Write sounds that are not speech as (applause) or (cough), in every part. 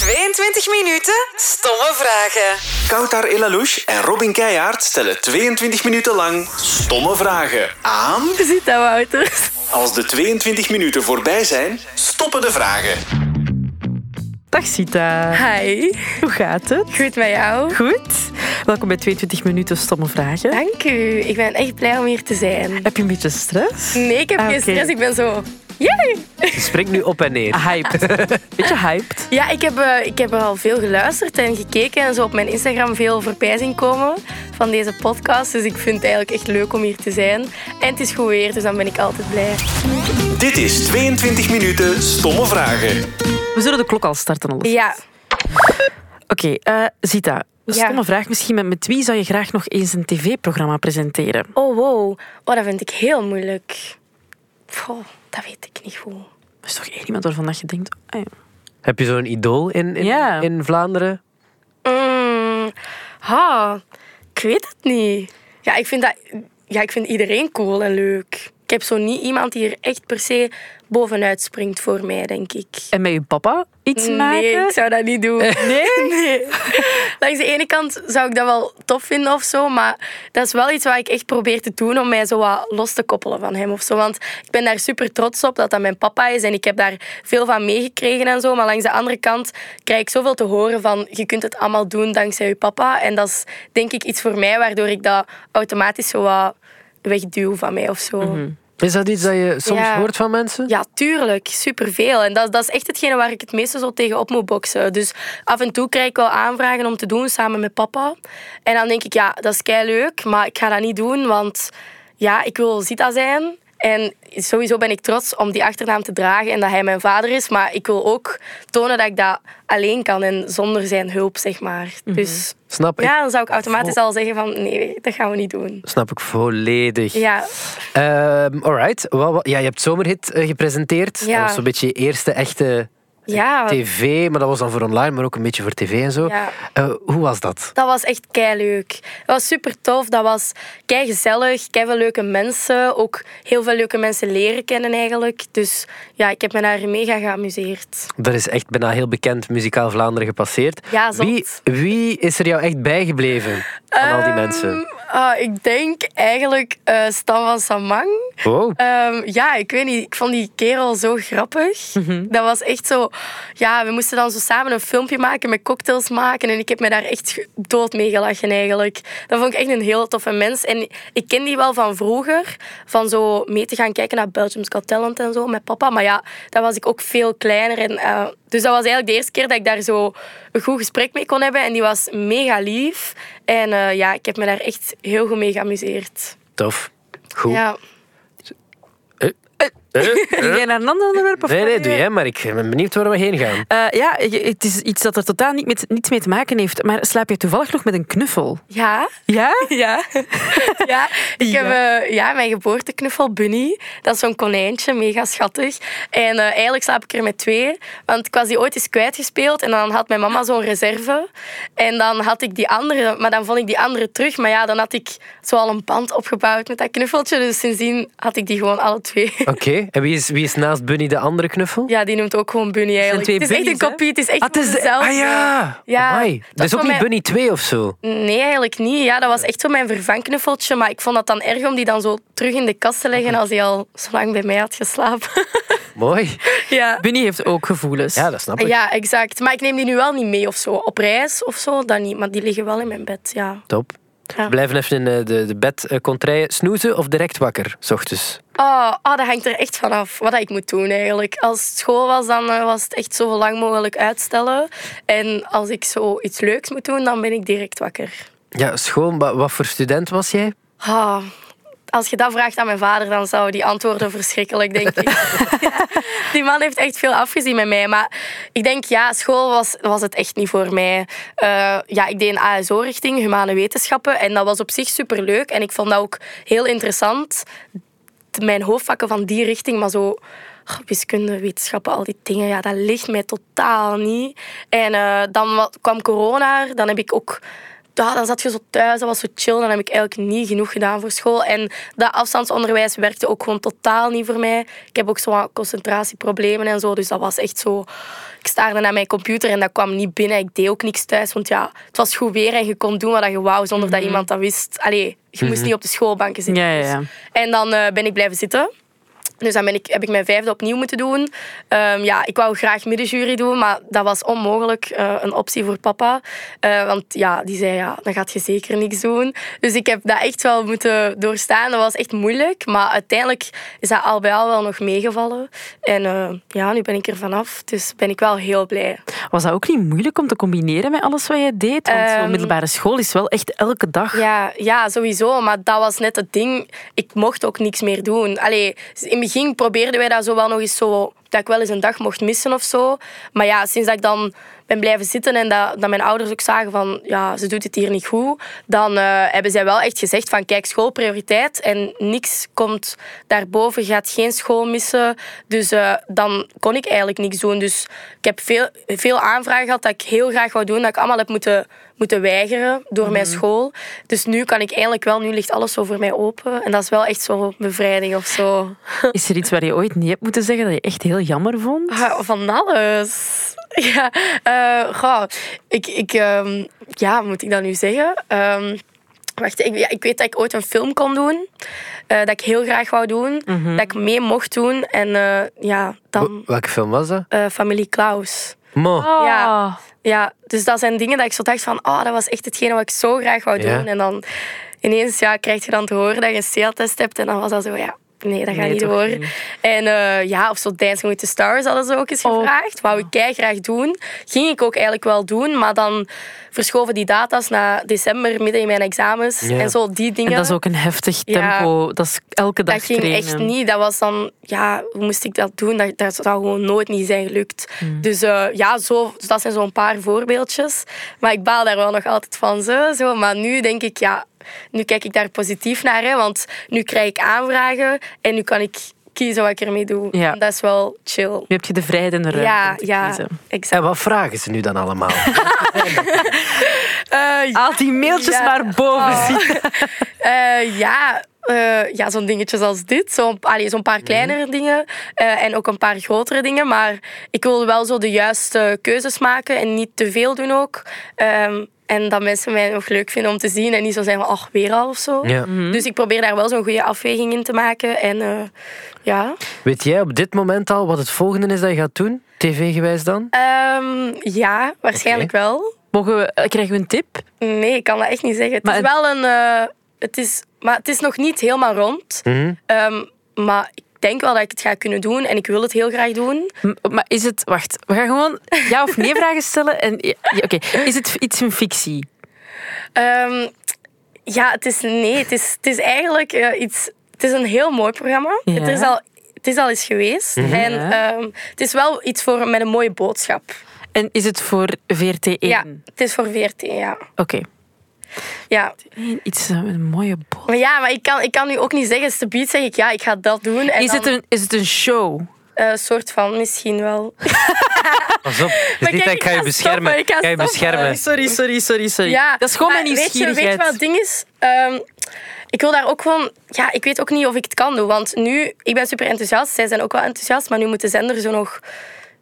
20 minuten stomme vragen. Koutar Elalouche en Robin Keijaard stellen 22 minuten lang stomme vragen aan. (laughs) Je ziet dat, Wouter. Als de 22 minuten voorbij zijn, stoppen de vragen. Dag (laughs) Sita. Hi, Hoe gaat het? goed met jou? Goed. Welkom bij 22 minuten stomme vragen. Dank u. Ik ben echt blij om hier te zijn. Heb je een beetje stress? Nee, ik heb Ah, geen oké. stress. Ik ben zo... Yay! Spring nu op en neer. Hyped. Beetje hyped. Ja, ik heb, eh, ik heb er al veel geluisterd en gekeken en zo op mijn Instagram veel voorbij zien komen van deze podcast. Dus ik vind het eigenlijk echt leuk om hier te zijn. En het is goed weer, dus dan ben ik altijd blij. Dit is 22 minuten stomme vragen. We zullen de klok al starten. Alles. Ja, Oké, eh, Sita. Een Ja. stomme vraag misschien. Met, met wie zou je graag nog eens een tv-programma presenteren? oh wow. Oh, dat vind ik heel moeilijk. Goh, dat weet ik niet goed. Er is toch één iemand waarvan dat je denkt... ah ja. Heb je zo'n idool in, in, Ja. in Vlaanderen? Mm, ha, ik weet het niet. Ja, ik vind, dat, ja, ik vind iedereen cool en leuk. Ik heb zo niet iemand die er echt per se bovenuit springt voor mij, denk ik. En met je papa iets maken? Nee, ik zou dat niet doen. (laughs) Nee? (laughs) Nee. Langs de ene kant zou ik dat wel tof vinden of zo, maar dat is wel iets wat ik echt probeer te doen om mij zo wat los te koppelen van hem of zo. Want ik ben daar super trots op dat dat mijn papa is en ik heb daar veel van meegekregen en zo. Maar langs de andere kant krijg ik zoveel te horen van je kunt het allemaal doen dankzij je papa. En dat is denk ik iets voor mij waardoor ik dat automatisch zo wat wegduw van mij of zo. Mhm. Is dat iets dat je soms Ja. hoort van mensen? Ja, tuurlijk. Superveel. En dat, dat is echt hetgene waar ik het meeste zo tegen op moet boksen. Dus af en toe krijg ik wel aanvragen om te doen samen met papa. En dan denk ik, ja, dat is kei leuk, maar ik ga dat niet doen, want ja, ik wil Zita zijn. En sowieso ben ik trots om die achternaam te dragen en dat hij mijn vader is. Maar ik wil ook tonen dat ik dat alleen kan en zonder zijn hulp, zeg maar. Dus Snap ik? ja, dan zou ik automatisch al zeggen van nee, dat gaan we niet doen. Snap ik volledig. Ja, Ehm, alright. Wel, wat- ja, je hebt Zomerhit eh, gepresenteerd. Ja. Dat was zo'n beetje je eerste echte ja. tv. Maar dat was dan voor online, maar ook een beetje voor tv en zo. Ja. Eh, hoe was dat? Dat was echt kei leuk. Dat was super tof. Dat was kei gezellig. Kei veel leuke mensen. Ook heel veel leuke mensen leren kennen eigenlijk. Dus ja, ik heb me daar mega geamuseerd. Dat is echt bijna heel bekend muzikaal Vlaanderen gepasseerd. Ja, zot. wie, wie is er jou echt bijgebleven van al die mensen? Ehm, ah, ik denk eigenlijk eh, Stan van Samang. Wow. Ehm, ja, ik weet niet. Ik vond die kerel zo grappig. Dat was echt zo... Ja, we moesten dan zo samen een filmpje maken met cocktails maken. En ik heb me daar echt ge- dood mee gelachen eigenlijk. Dat vond ik echt een heel toffe mens. En ik ken die wel van vroeger. Van zo mee te gaan kijken naar Belgium's Got Talent en zo met papa. Maar ja, daar was ik ook veel kleiner. En, eh, dus dat was eigenlijk de eerste keer dat ik daar zo een goed gesprek mee kon hebben. En die was mega lief. En eh, ja, ik heb me daar echt heel goed mee geamuseerd. Tof. Goed. Ja. Wil (laughs) jij naar een ander onderwerp? of Nee, wil nee, je- doe jij, maar ik ben benieuwd waar we heen gaan. Eh, ja, je- het is iets dat er totaal niet met, niets mee te maken heeft. Maar slaap je toevallig nog met een knuffel? Ja. Ja? (laughs) Ja. ja, ik heb eh, ja, mijn geboorteknuffel Bunny. Dat is zo'n konijntje, mega schattig. En eh, eigenlijk slaap ik er met twee. Want ik was die ooit eens kwijtgespeeld en dan had mijn mama zo'n reserve. En dan had ik die andere, maar dan vond ik die andere terug. Maar ja, dan had ik zo al een band opgebouwd met dat knuffeltje. Dus sindsdien had ik die gewoon alle twee. (laughs) Oké, en wie is, wie is naast Bunny de andere knuffel? Ja, die noemt ook gewoon Bunny eigenlijk. twee het is echt bunnies, een hè? kopie, het is echt Ah, het is de- dezelfde. Ah ja, Ja, Amai. dat Dat is ook voor niet mij- Bunny 2 of zo. Nee, eigenlijk niet. Ja, dat was echt zo mijn vervangknuffeltje. Maar ik vond dat dan erg om die dan zo terug in de kast te leggen als hij al zo lang bij mij had geslapen. (laughs) Mooi. ja. Bunny heeft ook gevoelens. Ja, dat snap ik. Ah, ja, exact. Maar ik neem die nu wel niet mee of zo. Op reis of zo, dat niet. Maar die liggen wel in mijn bed, ja. Top. Ja. Blijven even in eh, de, de bed eh, contraien. Snoezen of direct wakker, s ochtends? Oh, oh, dat hangt er echt vanaf wat ik moet doen eigenlijk. Als het school was, dan eh, was het echt zo lang mogelijk uitstellen. En als ik zo iets leuks moet doen, dan ben ik direct wakker. Ja, schoon. Wa- Wat voor student was jij? Ah, als je dat vraagt aan mijn vader, dan zou die antwoorden verschrikkelijk, denk ik. Ja. die man heeft echt veel afgezien met mij. Maar ik denk, ja, school was, was het echt niet voor mij. Eh, ja, ik deed een ASO-richting, humane wetenschappen. En dat was op zich superleuk. En ik vond dat ook heel interessant. T- Mijn hoofdvakken van die richting, maar zo... oh, wiskunde, wetenschappen, al die dingen, ja, dat ligt mij totaal niet. En eh, dan wa- kwam corona, er, dan heb ik ook ja, dan zat je zo thuis, dat was zo chill. Dan heb ik eigenlijk niet genoeg gedaan voor school. En dat afstandsonderwijs werkte ook gewoon totaal niet voor mij. Ik heb ook zo wat concentratieproblemen en zo. Dus dat was echt zo... Ik staarde naar mijn computer en dat kwam niet binnen. Ik deed ook niks thuis, want ja, het was goed weer en je kon doen wat je wou zonder dat iemand dat wist. Allee, je moest niet op de schoolbanken zitten. Mhm. Ja, ja, ja. Dus- En dan eh, ben ik blijven zitten. Dus dan ben ik, heb ik mijn vijfde opnieuw moeten doen. Ehm, ja, ik wou graag middenjury doen, maar dat was onmogelijk eh, een optie voor papa. Eh, want ja, die zei, ja, dan gaat je zeker niks doen. Dus ik heb dat echt wel moeten doorstaan. Dat was echt moeilijk. Maar uiteindelijk is dat al bij al wel nog meegevallen. En eh, ja, nu ben ik er vanaf. Dus ben ik wel heel blij. Was dat ook niet moeilijk om te combineren met alles wat je deed? Want zo'n Ehm. middelbare school is wel echt elke dag. Ja, ja, sowieso. Maar dat was net het ding. Ik mocht ook niks meer doen. Allee, in het begin probeerden wij dat zo wel nog eens zo... Dat ik wel eens een dag mocht missen of zo. Maar ja, sinds dat ik dan ben blijven zitten en dat, dat mijn ouders ook zagen van... Ja, ze doet het hier niet goed. Dan eh, hebben zij wel echt gezegd van... Kijk, school prioriteit. En niks komt daarboven. Je gaat geen school missen. Dus eh, dan kon ik eigenlijk niks doen. Dus ik heb veel, veel aanvragen gehad dat ik heel graag wou doen. Dat ik allemaal heb moeten, moeten weigeren door mijn school. Dus nu kan ik eigenlijk wel, nu ligt alles zo voor mij open. En dat is wel echt zo'n bevrijding of zo. Is er iets waar je ooit niet hebt moeten zeggen dat je echt heel jammer vond? Ah, Van alles. (laughs) Ja, eh, goh, ik, ik, ehm, ja, moet ik dat nu zeggen? Ehm, wacht, ik, ja, ik weet dat ik ooit een film kon doen. eh, dat ik heel graag wou doen. Dat ik mee mocht doen. En eh, ja, dan Wel- Welke film was dat? eh, Familie Klaus. Mo. Oh. Oh. Ja. Ja, dus dat zijn dingen dat ik zo dacht van, oh, dat was echt hetgene wat ik zo graag wou doen. Ja. En dan ineens ja, krijg je dan te horen dat je een steeltest hebt. En dan was dat zo, ja, nee, dat gaat Nee, niet toch door. niet. En eh, ja, of zo Dancing with the Stars hadden ze ook eens Oh. gevraagd. Wou ik kei graag doen. Ging ik ook eigenlijk wel doen. Maar dan verschoven die data's naar december, midden in mijn examens. Ja. En zo die dingen. En dat is ook een heftig Ja. tempo. Dat is elke dag Dat ging trainen. echt niet. Dat was dan, ja, hoe moest ik dat doen? Dat, dat zou gewoon nooit niet zijn gelukt. Hmm. Dus eh, ja, zo, dat zijn zo'n paar voorbeeldjes. Maar ik baal daar wel nog altijd van. Zo, zo. Maar nu denk ik, ja, nu kijk ik daar positief naar. Hè, want nu krijg ik aanvragen en nu kan ik kiezen wat ik ermee doe. Ja. En dat is wel chill. Nu heb je de vrijheid en de ruimte Ja, om te ja, kiezen. exact. En wat vragen ze nu dan allemaal? (laughs) Eh, Haal die mailtjes Ja. Oh. maar boven. zie. Eh, ja, eh, ja zo'n dingetjes als dit. Zo'n allee, zo'n paar kleinere dingen eh, en ook een paar grotere dingen. Maar ik wil wel zo de juiste keuzes maken en niet te veel doen ook. Ehm, en dat mensen mij nog leuk vinden om te zien en niet zo zijn van, ach, weer al of zo. ja. Dus ik probeer daar wel zo'n goede afweging in te maken. En eh, ja. Weet jij op dit moment al wat het volgende is dat je gaat doen? TV-gewijs dan? Ehm, ja, waarschijnlijk wel. Mogen we, eh, krijgen we een tip? Nee, ik kan dat echt niet zeggen. Het Maar is het- wel een. eh, het is, maar het is nog niet helemaal rond. Ehm, maar ik denk wel dat ik het ga kunnen doen en ik wil het heel graag doen. M- Maar is het... Wacht, we gaan gewoon ja of nee vragen stellen. En, ja, ja, Oké, is het iets een fictie? Ehm, ja, het is. Nee, het is, het is eigenlijk eh, iets. Het is een heel mooi programma. Ja. Het, is al, het is al eens geweest. En ehm, het is wel iets voor, met een mooie boodschap. En is het voor VRT1? Ja, Oké. het is voor VRT, ja. ja. Iets eh, een mooie bol. Maar ja, maar ik kan, ik kan nu ook niet zeggen, Stabiet zeg ik ja, ik ga dat doen. En Is het, dan, een, is het een show? eh, soort van, misschien wel. (laughs) Pas op, het is Maar niet kijk, dat ik ga je ik ga beschermen. stoppen, ik ga ga je stoppen. beschermen. Sorry, sorry, sorry. sorry. Eh. Ja, dat is gewoon maar mijn nieuwsgierigheid. Weet je, weet je wat het ding is? Ehm, ik wil daar ook gewoon... Ja, ik weet ook niet of ik het kan doen. Want nu, ik ben super enthousiast. Zij zijn ook wel enthousiast. Maar nu moet de zender zo nog,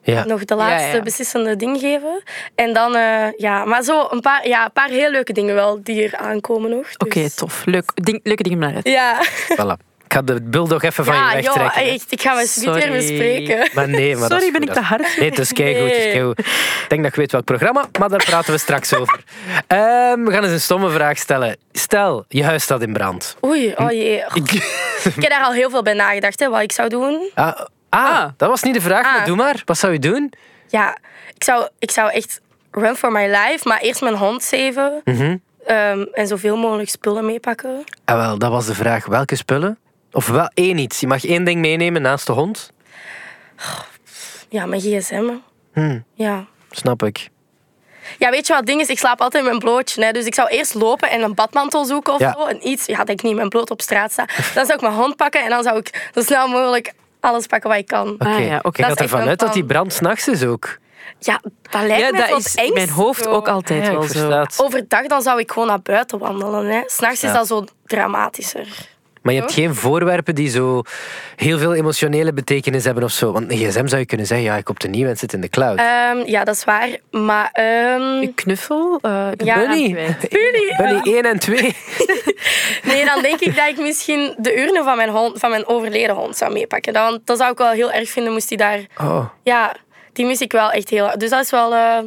Ja. nog de laatste ja. beslissende ding geven. En dan... eh, ja, maar zo een paar, ja, een paar heel leuke dingen wel die er aankomen nog. Dus- Oké, tof. Leuk. Ding, leuke dingen om naar uit. Ja. Voilà. Ik ga de bulldog even van je Ja, joh, eh, wegtrekken. hè. echt, ik ga mijn suite weer Sorry. bespreken. Maar nee, maar dat Sorry, is ben goed, ik dat te hard? Nee, het is keigoed. het is Nee. keigoed. Ik denk dat ik weet welk programma, maar daar praten we straks over. Ehm, we gaan eens een stomme vraag stellen. Stel, je huis staat in brand. Oei, oh jee. Goh, Ik heb daar al heel veel bij nagedacht, hè, wat ik zou doen. Ah, ah, dat was niet de vraag, maar Ah. doe maar. Wat zou je doen? Ja, ik zou, ik zou echt run for my life, maar eerst mijn hond zeven. Mhm. Ehm, en zoveel mogelijk spullen meepakken. Ah, wel, dat was de vraag. Welke spullen? Of wel één iets. Je mag één ding meenemen naast de hond. Ja, mijn gsm. Hmm. Ja. Snap ik. ja, weet je wat het ding is? Ik slaap altijd in mijn blootje. Hè. Dus ik zou eerst lopen en een badmantel zoeken of Ja. zo. En iets, ja, dat ik niet mijn bloot op straat sta. Dan zou ik mijn hond pakken en dan zou ik zo snel mogelijk alles pakken wat ik kan. Oké. Ah, ja, oké. Ik Dat ga is echt ervan mijn uit dat die plan. brand s'nachts is ook. Ja, dat lijkt Ja, mij dat wat is in engst, mijn hoofd zo. ook altijd Ja, ik wel zo. versta het. Overdag dan zou ik gewoon naar buiten wandelen. hè. S'nachts Ja. is dat zo dramatischer. Maar je Oh. hebt geen voorwerpen die zo heel veel emotionele betekenis hebben of zo. Want een gsm zou je kunnen zeggen, ja, ik koop de nieuw en het zit in de cloud. Ehm, ja, dat is waar. Maar ehm, Ik knuffel, eh ik ben Ja. Bunny. Bunny. Bunny, Bunny 1 en 2. nee, dan denk ik dat ik misschien de urne van mijn, hond, van mijn overleden hond zou meepakken. Dan, dat zou ik wel heel erg vinden, moest die daar... Oh. Ja, die mis ik wel echt heel erg. Dus dat is wel... eh,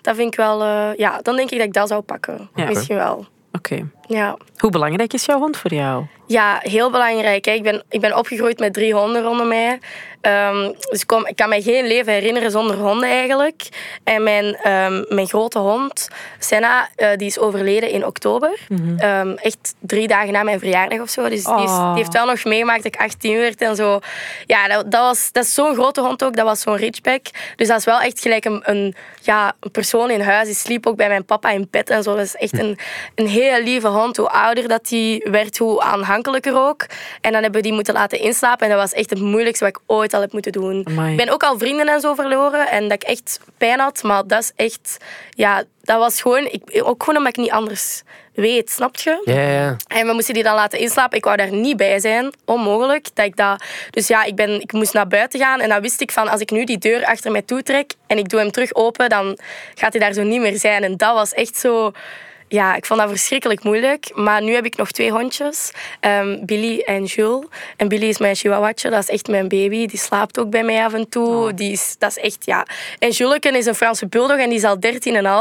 dat vind ik wel... eh, ja, dan denk ik dat ik dat zou pakken. Ja. Misschien wel. (laughs) Oké. Ja. Hoe belangrijk is jouw hond voor jou? Ja, heel belangrijk. hè. Ik ben, ik ben opgegroeid met drie honden rondom mij. Ehm, dus ik, kom, ik kan mij geen leven herinneren zonder honden eigenlijk. En mijn, ehm, mijn grote hond, Senna, eh, die is overleden in oktober. Ehm, echt drie dagen na mijn verjaardag of zo. Dus die, is- Oh. die heeft wel nog meegemaakt dat ik 18 werd en zo. Ja, dat, dat, was, dat is zo'n grote hond ook. Dat was zo'n ridgeback. Dus dat is wel echt gelijk een, een, ja, een persoon in huis. Die sliep ook bij mijn papa in bed en zo. Dat is echt een, een hele lieve hond. Hoe ouder dat die werd, hoe aanhankelijker ook. En dan hebben we die moeten laten inslapen. En dat was echt het moeilijkste wat ik ooit al heb moeten doen. Amai. Ik ben ook al vrienden en zo verloren. En dat ik echt pijn had. Maar dat is echt... Ja, dat was gewoon... Ik, ook gewoon omdat ik niet anders weet, snap je? Ja, ja. En we moesten die dan laten inslapen. Ik wou daar niet bij zijn. Onmogelijk. Dat ik dat... Dus ja, ik, ben, ik moest naar buiten gaan. En dan wist ik van, als ik nu die deur achter mij toe trek en ik doe hem terug open, dan gaat hij daar zo niet meer zijn. En dat was echt zo... Ja, ik vond dat verschrikkelijk moeilijk. Maar nu heb ik nog twee hondjes. ehm, Billy en Jules. En Billy is mijn chihuahuatje. Dat is echt mijn baby. Die slaapt ook bij mij af en toe. Die is, dat is echt, ja... En Juleken is een Franse bulldog en die is al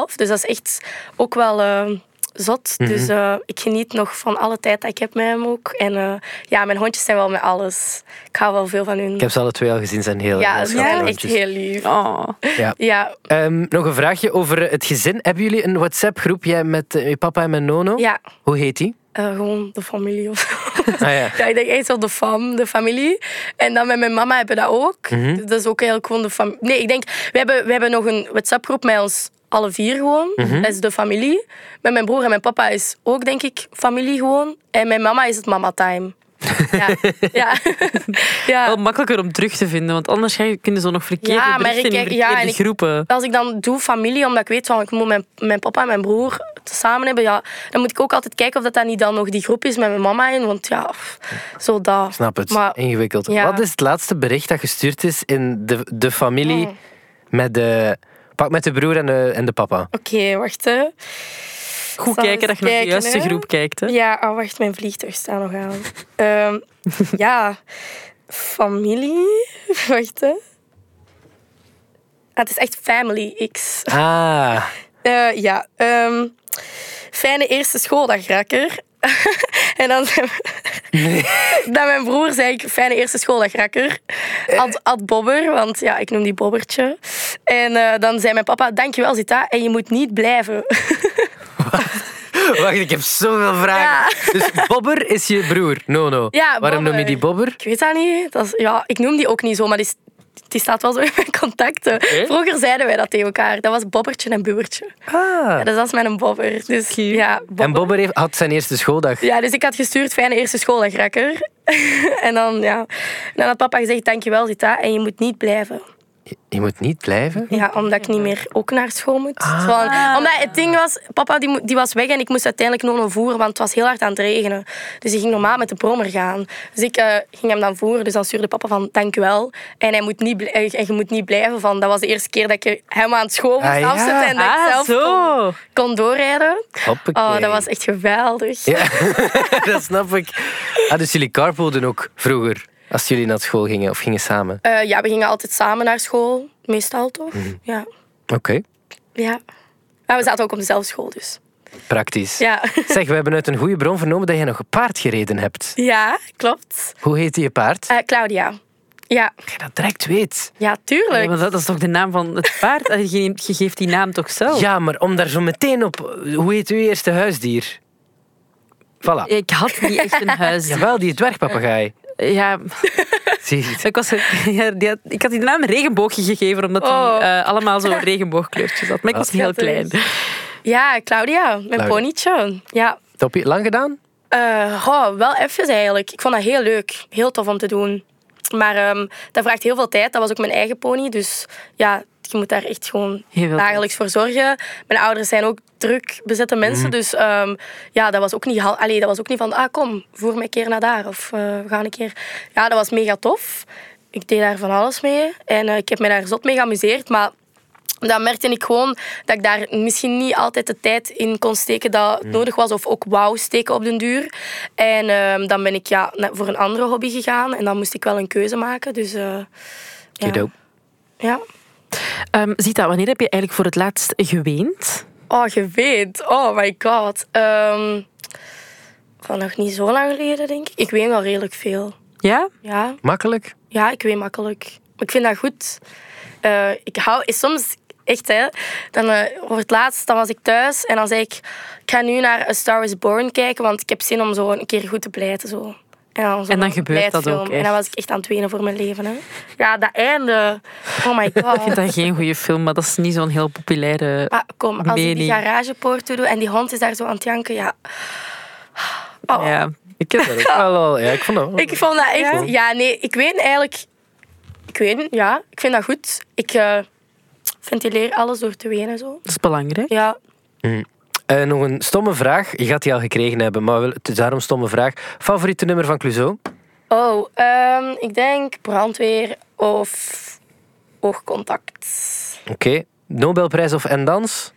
13,5. Dus dat is echt ook wel... ehm, zot. Mhm. Dus eh, ik geniet nog van alle tijd dat ik heb met hem ook. En eh, ja, mijn hondjes zijn wel met alles. Ik hou wel veel van hun. Ik heb ze alle twee al gezien, zijn heel ja, heel ze schattige zijn echt hondjes. Ah. heel lief. Oh. Ja. Ja, Ehm, nog een vraagje over het gezin. Hebben jullie een WhatsApp-groep, jij met eh, je papa en mijn nono? ja. Hoe heet die? eh, gewoon de familie of zo. Ah, ja. (laughs) Ja, ik denk echt wel de fam, de familie. En dan met mijn mama hebben we dat ook. Mhm. Dus Dat is ook eigenlijk gewoon de familie. Nee, ik denk, we hebben, we hebben nog een WhatsApp-groep met ons alle vier gewoon. Mhm. Dat is de familie. Met mijn broer en mijn papa is ook, denk ik, familie gewoon. En mijn mama is het mama (laughs) time. Ja. ja. (laughs) ja. Wel makkelijker om terug te vinden, want anders ga je- kunnen ze nog verkeerde Ja, maar berichten ik in kijk- ja, verkeerde en ik- groepen. als ik dan doe familie, omdat ik weet van ik moet mijn, mijn papa en mijn broer samen hebben, ja, dan moet ik ook altijd kijken of dat, dat niet dan nog die groep is met mijn mama in. Want ja, pff, zo dat. Ik snap het. Maar, Ingewikkeld. ja. Wat is het laatste bericht dat gestuurd is in de, de familie Oh. met de... Pak met de broer en de, en de papa. Oké, wacht hè. Goed Zal kijken dat eens je naar de kijken, juiste hè? groep kijkt. Hè? Ja, oh, wacht, mijn vliegtuig staat nog aan. Ehm, ja, familie. (laughs) Wacht hè. Ah, het is echt Family X. Ah, Eh, ja, ehm, fijne eerste schooldag, rakker. (laughs) en dan, (laughs) dan mijn broer zei ik, fijne eerste schooldag, rakker. Ad, ad Bobber, want ja, ik noem die Bobbertje. En eh, dan zei mijn papa, dankjewel Zita, en je moet niet blijven. wacht, ik heb zoveel vragen. Dus Bobber is je broer, Nono. Ja, Waarom noem je Bobber. die Bobber? ik weet dat niet. Dat is, ja, ik noem die ook niet zo, maar die, is- die staat wel zo in mijn contacten. Vroeger zeiden wij dat tegen elkaar. Dat was Bobbertje en Buurtje. Ah. Ja, dus dat is mijn Bobber. Dus, ja, Bobber. En Bobber heeft, had zijn eerste schooldag. Ja, dus ik had gestuurd, fijne eerste schooldag, rakker. (laughs) en dan, ja. En dan had papa gezegd, dankjewel Zita, en je moet niet blijven. Je moet niet blijven. Ja, omdat ik niet meer ook naar school moet. Ah. Zo van- omdat het ding was, papa die, mo- die was weg en ik moest uiteindelijk Nono voeren, want het was heel hard aan het regenen. Dus ik ging normaal met de brommer gaan. Dus ik eh, ging hem dan voeren, dus dan stuurde papa van, dankjewel. En, hij moet niet bl- eh, en je moet niet blijven van, dat was de eerste keer dat ik hem aan het school moest Ah, ja. afzetten en dat ik Ah, zelf zo. kon, kon doorrijden. Hoppakee. Oh, dat was echt geweldig. Ja, (laughs) dat snap ik. Ah, dus jullie carpoolden ook vroeger, als jullie naar school gingen of gingen samen. Eh, ja, we gingen altijd samen naar school. Meestal toch? Mhm. Ja. Oké, ja. Maar we zaten ook op dezelfde school, dus. praktisch. Ja. (laughs) Zeg, we hebben uit een goede bron vernomen dat jij nog een paard gereden hebt. Ja, klopt. Hoe heette je paard? Eh, Claudia. Ja. Dat je dat direct weet. ja, Ja, tuurlijk. maar dat dat is toch de naam van het paard? Ah, Je, neemt- je geeft die naam toch Oh. zelf? Ja, maar om daar zo meteen op... Hoe heet uw eerste huisdier? Voilà. Ik had niet echt een huis. Jawel, (laughs) die dwergpapagaai. Ja, Zie je het? (laughs) ik, was, ja, die had- ik had die naam regenboogje gegeven, omdat die Oh. eh, allemaal (laughs) zo'n regenboogkleurtjes had. Maar Ah. ik was heel klein. Schattig. Ja, Claudia, mijn Claudia. ponytje. Ja. Toppie, lang gedaan? Eh, goh, wel even eigenlijk. Ik vond dat heel leuk. Heel tof om te doen. Maar ehm, dat vraagt heel veel tijd. Dat was ook mijn eigen pony. Dus ja, je moet daar echt gewoon Je wilt dagelijks voor zorgen. Mijn ouders zijn ook druk bezette mensen, dus ehm, ja, dat was ook niet, hal- allee, dat was ook niet van, ah kom, voer me een keer naar daar of eh, we gaan een keer. Ja, dat was mega tof. Ik deed daar van alles mee en eh, ik heb me daar zot mee geamuseerd, maar dan merkte ik gewoon dat ik daar misschien niet altijd de tijd in kon steken dat het nodig was. Of ook wauw steken op den duur. En ehm, dan ben ik ja, na- voor een andere hobby gegaan. En dan moest ik wel een keuze maken. Dus eh, ja. Kiddo. ja. Ehm Zita, wanneer heb je eigenlijk voor het laatst geweend? Oh, je weet. Oh my god. Ehm, van nog niet zo lang geleden, denk ik. Ik weet wel redelijk veel. Ja? Ja, Makkelijk? Ja, ik weet makkelijk. Maar ik vind dat goed. Eh, ik hou soms echt, hè. Dan, eh, voor het laatst dan was ik thuis en dan zei ik... Ik ga nu naar A Star is Born kijken, want ik heb zin om zo een keer goed te blijten. Zo. En dan, zo En dan gebeurt dat blijtfilm. ook En dan echt. was ik echt aan het wenen voor mijn leven. Hè. Ja, dat einde. Oh (laughs) my god. Ik vind dat geen goede film, maar dat is niet zo'n heel populaire... Maar kom, als ik die Mening. garagepoort toe doe en die hond is daar zo aan het janken, ja... Oh, Ja. Ik heb dat ook wel al. Ja, ik vond dat wel. Ik vond dat echt... Ja, nee, ik weet eigenlijk... Ik weet niet, ja. Ik vind dat goed. Ik eh, ventileer alles door te wenen, zo. Dat is belangrijk. Ja. Eh, nog een stomme vraag. Je gaat die al gekregen hebben, maar wel- het is daarom een stomme vraag. Favoriete nummer van Clouseau? Oh, ehm, ik denk brandweer of oogcontact. Oké. Nobelprijs of en dans?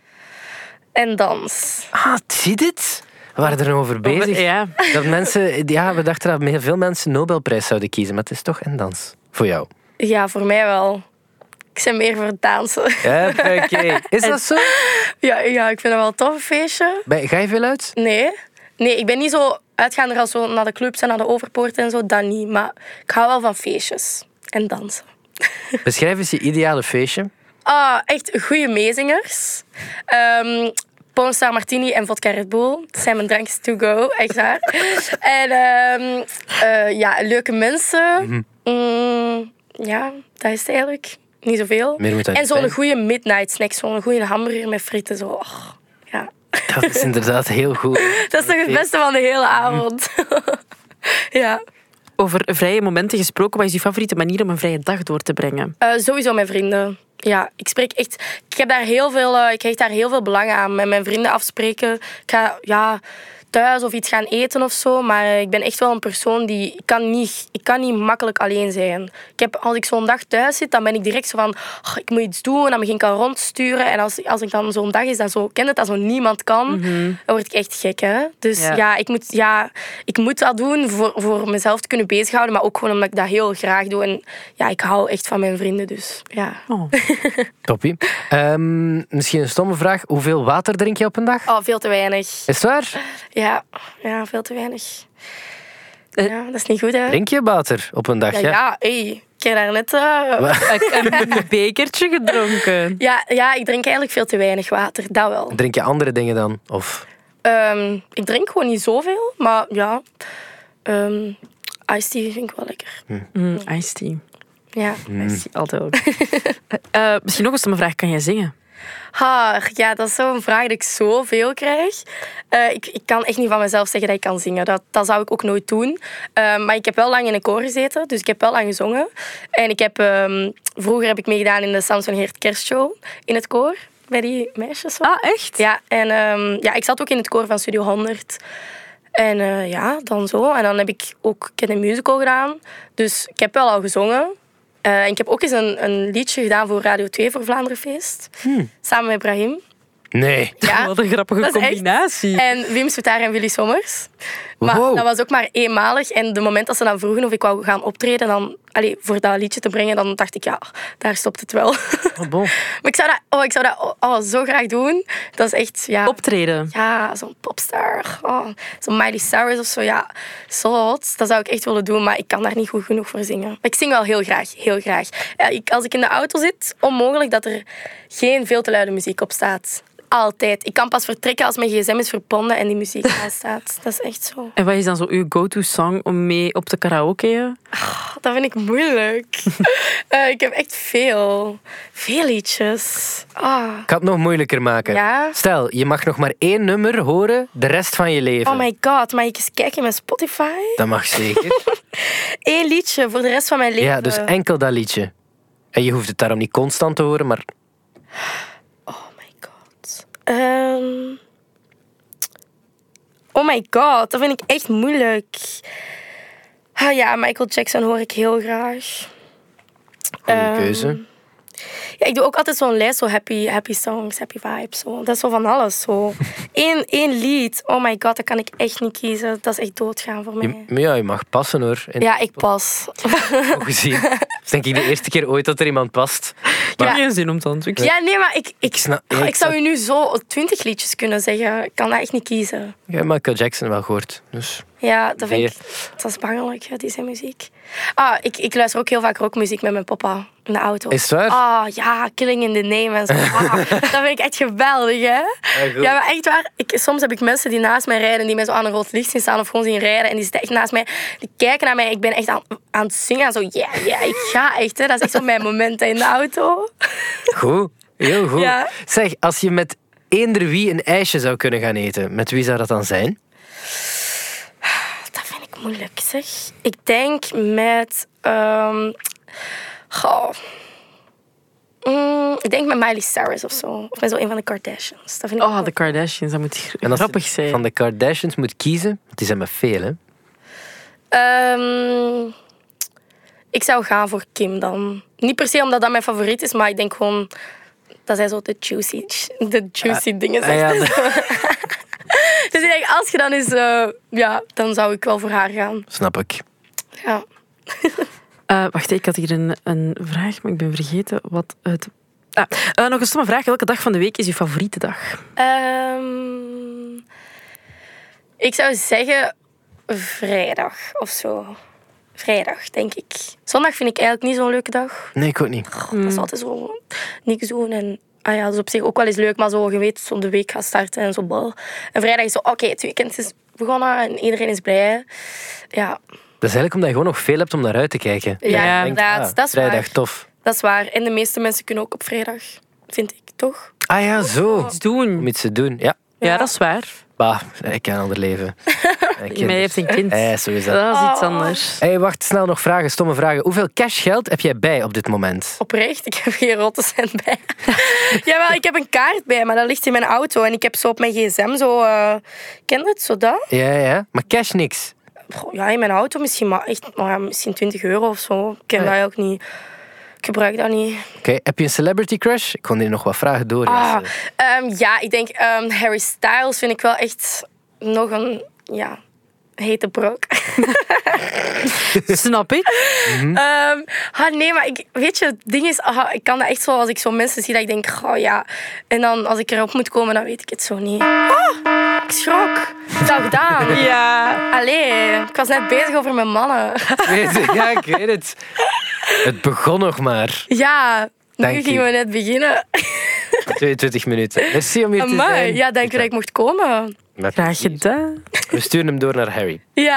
En dans. Ah, zie dit? We waren er nog over bezig. Ja. (laughs) Dat mensen, ja, we dachten dat meer- veel mensen Nobelprijs zouden kiezen, maar het is toch en dans. Voor jou. Ja, voor mij wel. Ik ben meer voor het dansen. (laughs) Ja, Oké. Is dat zo? Ja, ja ik vind dat wel tof, een feestje. Ben- Ga je veel uit? Nee. Nee, ik ben niet zo uitgaander als zo naar de clubs en naar de overpoort en zo. Dat niet. Maar ik hou wel van feestjes. En dansen. Beschrijf eens je ideale feestje. Ah, echt goede mezingers. Ehm Pornstar Martini en vodka Red Bull. Dat zijn mijn drankjes to go, echt (laughs) waar. en ehm, eh, ja, leuke mensen. Mhm. Mm, ja, dat is het eigenlijk. Niet zoveel. Meer moet dat en niet zo'n zijn. goede midnight snack, zo'n goede hamburger met frieten. Zo. Och, ja. Dat is inderdaad heel goed. (laughs) Dat is toch het beste van de hele avond. (laughs) ja. Over vrije momenten gesproken, wat is je favoriete manier om een vrije dag door te brengen? Eh, sowieso mijn vrienden. Ja, ik spreek echt. Ik heb daar heel veel. eh, ik hecht daar heel veel belang aan. Met mijn vrienden afspreken. Ik ga ja, thuis of iets gaan eten of zo. Maar eh, ik ben echt wel een persoon die. Ik kan niet, ik kan niet makkelijk alleen zijn. Ik heb, als ik zo'n dag thuis zit, dan ben ik direct zo van. "Oh, ik moet iets doen. En dan begin ik al rondsturen. En als, als ik dan zo'n dag is dat zo. Ken het, dat zo niemand kan. Dan word ik echt gek, hè? Dus Ja. ja, ik, moet, ja ik moet dat doen voor, voor mezelf te kunnen bezighouden. Maar ook gewoon omdat ik dat heel graag doe. En ja, ik hou echt van mijn vrienden. Dus ja. Oh. Toppie. Ehm, misschien een stomme vraag. Hoeveel water drink je op een dag? Oh, veel te weinig. Is het waar? Ja, ja veel te weinig. Eh, Ja, dat is niet goed, hè? Drink je water op een dag? Ja, ja hey, ik heb daar net... eh, Ik heb (laughs) een bekertje (laughs) gedronken. ja, ja, ik drink eigenlijk veel te weinig water. Dat wel. Drink je andere dingen dan? Of Ehm, ik drink gewoon niet zoveel. Maar ja, ehm iced tea vind ik wel lekker. Mm, iced tea. Ja. Iced tea, altijd ook. (laughs) Eh, misschien nog eens een vraag, kan jij zingen? Haar, ja, dat is zo'n vraag die ik zoveel krijg. Eh, ik, ik kan echt niet van mezelf zeggen dat ik kan zingen. Dat, dat zou ik ook nooit doen. Eh, maar ik heb wel lang in een koor gezeten, dus ik heb wel lang gezongen. En ik heb, ehm, vroeger heb ik meegedaan in de Samson Heert Kerstshow in het koor. Bij die meisjes. Ah, echt? Ja, en ehm, ja, ik zat ook in het koor van Studio 100. En eh, ja, dan zo. En dan heb ik ook ik heb een musical gedaan. Dus ik heb wel al gezongen. Eh, en ik heb ook eens een, een liedje gedaan voor Radio 2 voor Vlaanderenfeest. Samen met Brahim. (laughs) nee. Ja. Wat een grappige Ah, Dat is echt- Eh, combinatie. En Wim Soutaar en Willy Sommers. Maar Wow. dat was ook maar eenmalig. En de moment dat ze dan vroegen of ik wou gaan optreden dan, allee, voor dat liedje te brengen, dan dacht ik, ja, daar stopt het wel. Ah, Oh, bon. (laughs) maar ik zou dat, oh, ik zou dat oh, oh, zo graag doen. Dat is echt, ja... Optreden. Ja, zo'n popstar. Oh, zo'n Miley Cyrus of zo. Ja, zot. Dat zou ik echt willen doen, maar ik kan daar niet goed genoeg voor zingen. Maar ik zing wel heel graag, heel graag. Ja, ik, als ik in de auto zit, onmogelijk dat er geen veel te luide muziek op staat. Altijd. Ik kan pas vertrekken als mijn gsm is verbonden en die muziek (laughs) aanstaat. Dat is echt zo. Oh, En wat is dan zo uw go-to-song om mee op te karaokeën? Oh, dat vind ik moeilijk. (laughs) Eh, ik heb echt veel. Veel liedjes. Ah. Ik ga het nog moeilijker maken. Ja? Stel, je mag nog maar één nummer horen de rest van je leven. Oh my god, mag ik eens kijken in mijn Spotify? Dat mag (laughs) zeker. Eén liedje voor de rest van mijn leven. dus eh, ja, dus enkel dat liedje. En je hoeft het daarom niet constant te horen, maar Oh my god. Ehm, oh my god, dat vind ik echt moeilijk. Ah ja, Michael Jackson hoor ik heel graag. Goede Ehm, keuze. Ja, ik doe ook altijd zo'n lijst, zo happy, happy songs, happy vibes. Zo. Dat is zo van alles. (laughs) Zo. Eén, één lied, oh my god, dat kan ik echt niet kiezen. Dat is echt doodgaan voor Je, mij. maar ja, je mag passen hoor. En Ja, ik pas. (laughs) gezien. Dat is denk ik de eerste keer ooit dat er iemand past. Ik heb Ja. geen zin om te antwoorden. Ja, nee, maar ik, ik, Ik snap- ja, Oh, ik ik zou snap- je nu zo twintig liedjes kunnen zeggen. Ik kan dat echt niet kiezen. Ik heb Michael Jackson wel gehoord. Dus Ja, dat vind Nee. ik... Dat is bangelijk, ja, die zijn muziek. Ah, ik, ik luister ook heel vaak rockmuziek met mijn papa in de auto. Is het waar? Ah, ja, Killing in the Name en zo. (laughs) Ah, dat vind ik echt geweldig, hè? Ja, goed. Ja, maar echt waar. Ik, soms heb ik mensen die naast mij rijden, die mij zo aan een rood licht zien staan of gewoon zien rijden. En die zitten echt naast mij. Die kijken naar mij. Ik ben echt aan, aan het zingen. En zo, ja, ja, ik ga echt, hè. Dat is echt zo mijn moment hè, in de auto. goed. Heel goed. Ja. Zeg, als je met eender wie een ijsje zou kunnen gaan eten, met wie zou dat dan zijn? Dat vind ik moeilijk, zeg. Ik denk met... ehm, goh. Mm, ik denk met Miley Cyrus of zo. Of met zo een van de Kardashians. Dat vind ik Oh, de Kardashians, dat moet En als je grappig zijn. Van de Kardashians moet kiezen. Het is hem met veel, hè? Ehm, ik zou gaan voor Kim dan. Niet per se omdat dat mijn favoriet is, maar ik denk gewoon... Dat zij zo de juicy, de juicy dingen Ah zegt. (laughs) ja, dat- Dus ik denk, als je dan is... eh, ja, dan zou ik wel voor haar gaan. snap ik. Ja. Eh, wacht, ik had hier een, een vraag, maar ik ben vergeten wat het... Ah, eh, nog een stomme vraag. Welke dag van de week is je favoriete dag? Ehm, ik zou zeggen vrijdag of zo. Vrijdag, denk ik. Zondag vind ik eigenlijk niet zo'n leuke dag. Nee, ik ook niet. Dat is altijd zo niks doen. En, ah ja, dat is op zich ook wel eens leuk, maar zo, je weet, zo de week gaat starten en zo. bal. En vrijdag is zo, oké, het weekend is begonnen en iedereen is blij. Ja, Dat is eigenlijk omdat je gewoon nog veel hebt om naar uit te kijken. ja, Je denkt, inderdaad. ah, dat, is vrijdag, waar. tof. dat is waar. En de meeste mensen kunnen ook op vrijdag, vind ik, toch? Ah ja, zo. Iets doen. Om iets te doen. Ja, Ja, dat is waar. bah, ik ken een ander (laughs) leven. Je mij heeft een kind. Eh, zo is dat. Dat is Oh. iets anders. Hey, wacht, snel nog vragen, stomme vragen. Hoeveel cash geld heb jij bij op dit moment? Oprecht, ik heb geen rotte cent bij. (laughs) Jawel, ik heb een kaart bij, maar dat ligt in mijn auto. En ik heb zo op mijn gsm zo... eh ken je het, zo dat? Ja, ja, maar cash niks. Goh, Ja, in mijn auto misschien, maar echt, nou ja, misschien 20 euro of zo. Ik ken dat ook niet. Ik gebruik dat niet. Oké, heb je een celebrity crush? Ik kon hier nog wat vragen door. Ah, ehm, ja, ik denk ehm, Harry Styles vind ik wel echt nog een... Ja, hete (laughs) brok. (laughs) Snap ik? Ehm, ah, nee, maar ik, weet je, het ding is... ah, ik kan dat echt zo als ik zo mensen zie, dat ik denk... Oh ja. En dan als ik erop moet komen, dan weet ik het zo niet. Ah, ik schrok. Dag gedaan. Ja. Allee, ik was net bezig over mijn mannen. (laughs) Ik weet het, (laughs) Ja, ik weet het. Het begon nog maar. Ja, Dank nu gingen u. we net beginnen. 22 minuten. Merci om hier te Amai, zijn. ja, dank u dat ik mocht komen. Met Graag plezier. gedaan. We sturen hem door naar Harry. Ja.